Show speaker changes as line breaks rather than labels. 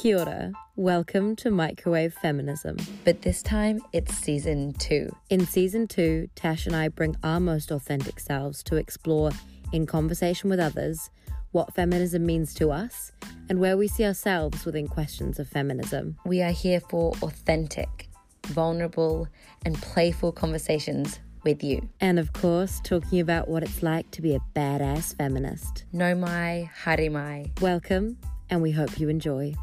Kia ora. Welcome to Microwave Feminism.
But this time it's season two.
In season two, Tash and I bring our most authentic selves to explore, in conversation with others, what feminism means to us and where we see ourselves within questions of feminism.
We are here for authentic, vulnerable, and playful conversations with you.
And of course, talking about what it's like to be a badass feminist.
No mai, harimai.
Welcome, and we hope you enjoy.